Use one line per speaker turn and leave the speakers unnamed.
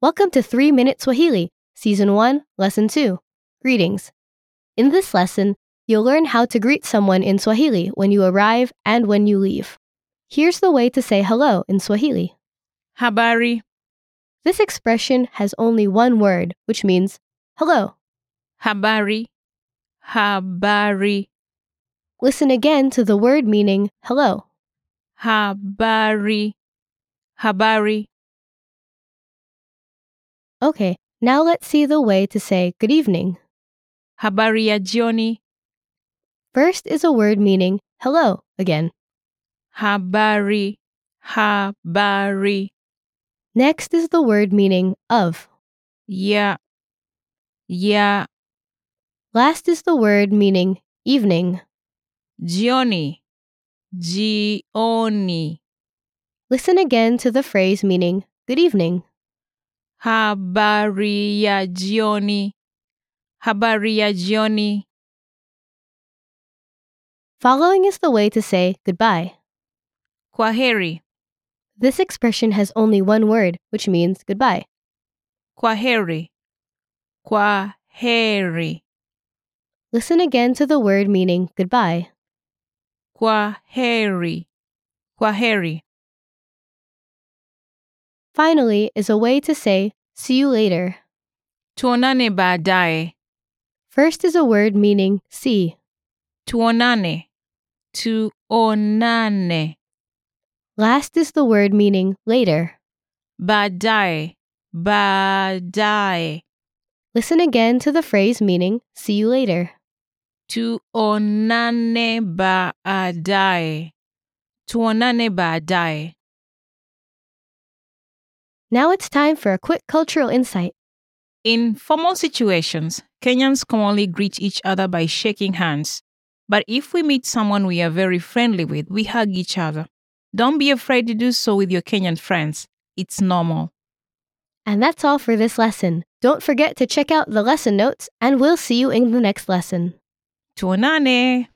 Welcome to 3 Minute Swahili, Season 1, Lesson 2. Greetings. In this lesson, you'll learn how to greet someone in Swahili when you arrive and when you leave. Here's the way to say hello in Swahili.
Habari,
This expression has only one word, which means hello.
habari, habari,
Listen again to the word meaning hello.
habari, habari,
Okay, now let's see the way to say good evening.
habari ya jioni,
First is a word meaning hello again.
habari, habari,
Next is the word meaning of.
ya, ya,
Last is the word meaning evening.
jioni, jioni,
Listen again to the phrase meaning good evening.
habari ya jioni, habari ya jioni,
Following is the way to say goodbye.
kwa heri,
This expression has only one word, which means goodbye.
kwa heri, kwa heri,
Listen again to the word meaning goodbye.
kwa heri, kwa heri.
Finally is a way to say see you later.
Tuonane baadaye.
First is a word meaning see.
Tuonane. Tuonane.
Last is the word meaning later.
Baadaye. Baadaye.
Listen again to the phrase meaning see you later.
Tuonane baadaye. Tuonane baadaye.
Now it's time for a quick cultural insight.
In formal situations, Kenyans commonly greet each other by shaking hands. But if we meet someone we are very friendly with, we hug each other. Don't be afraid to do so with your Kenyan friends. It's normal.
And that's all for this lesson. Don't forget to check out the lesson notes, and we'll see you in the next lesson.
Tuonane.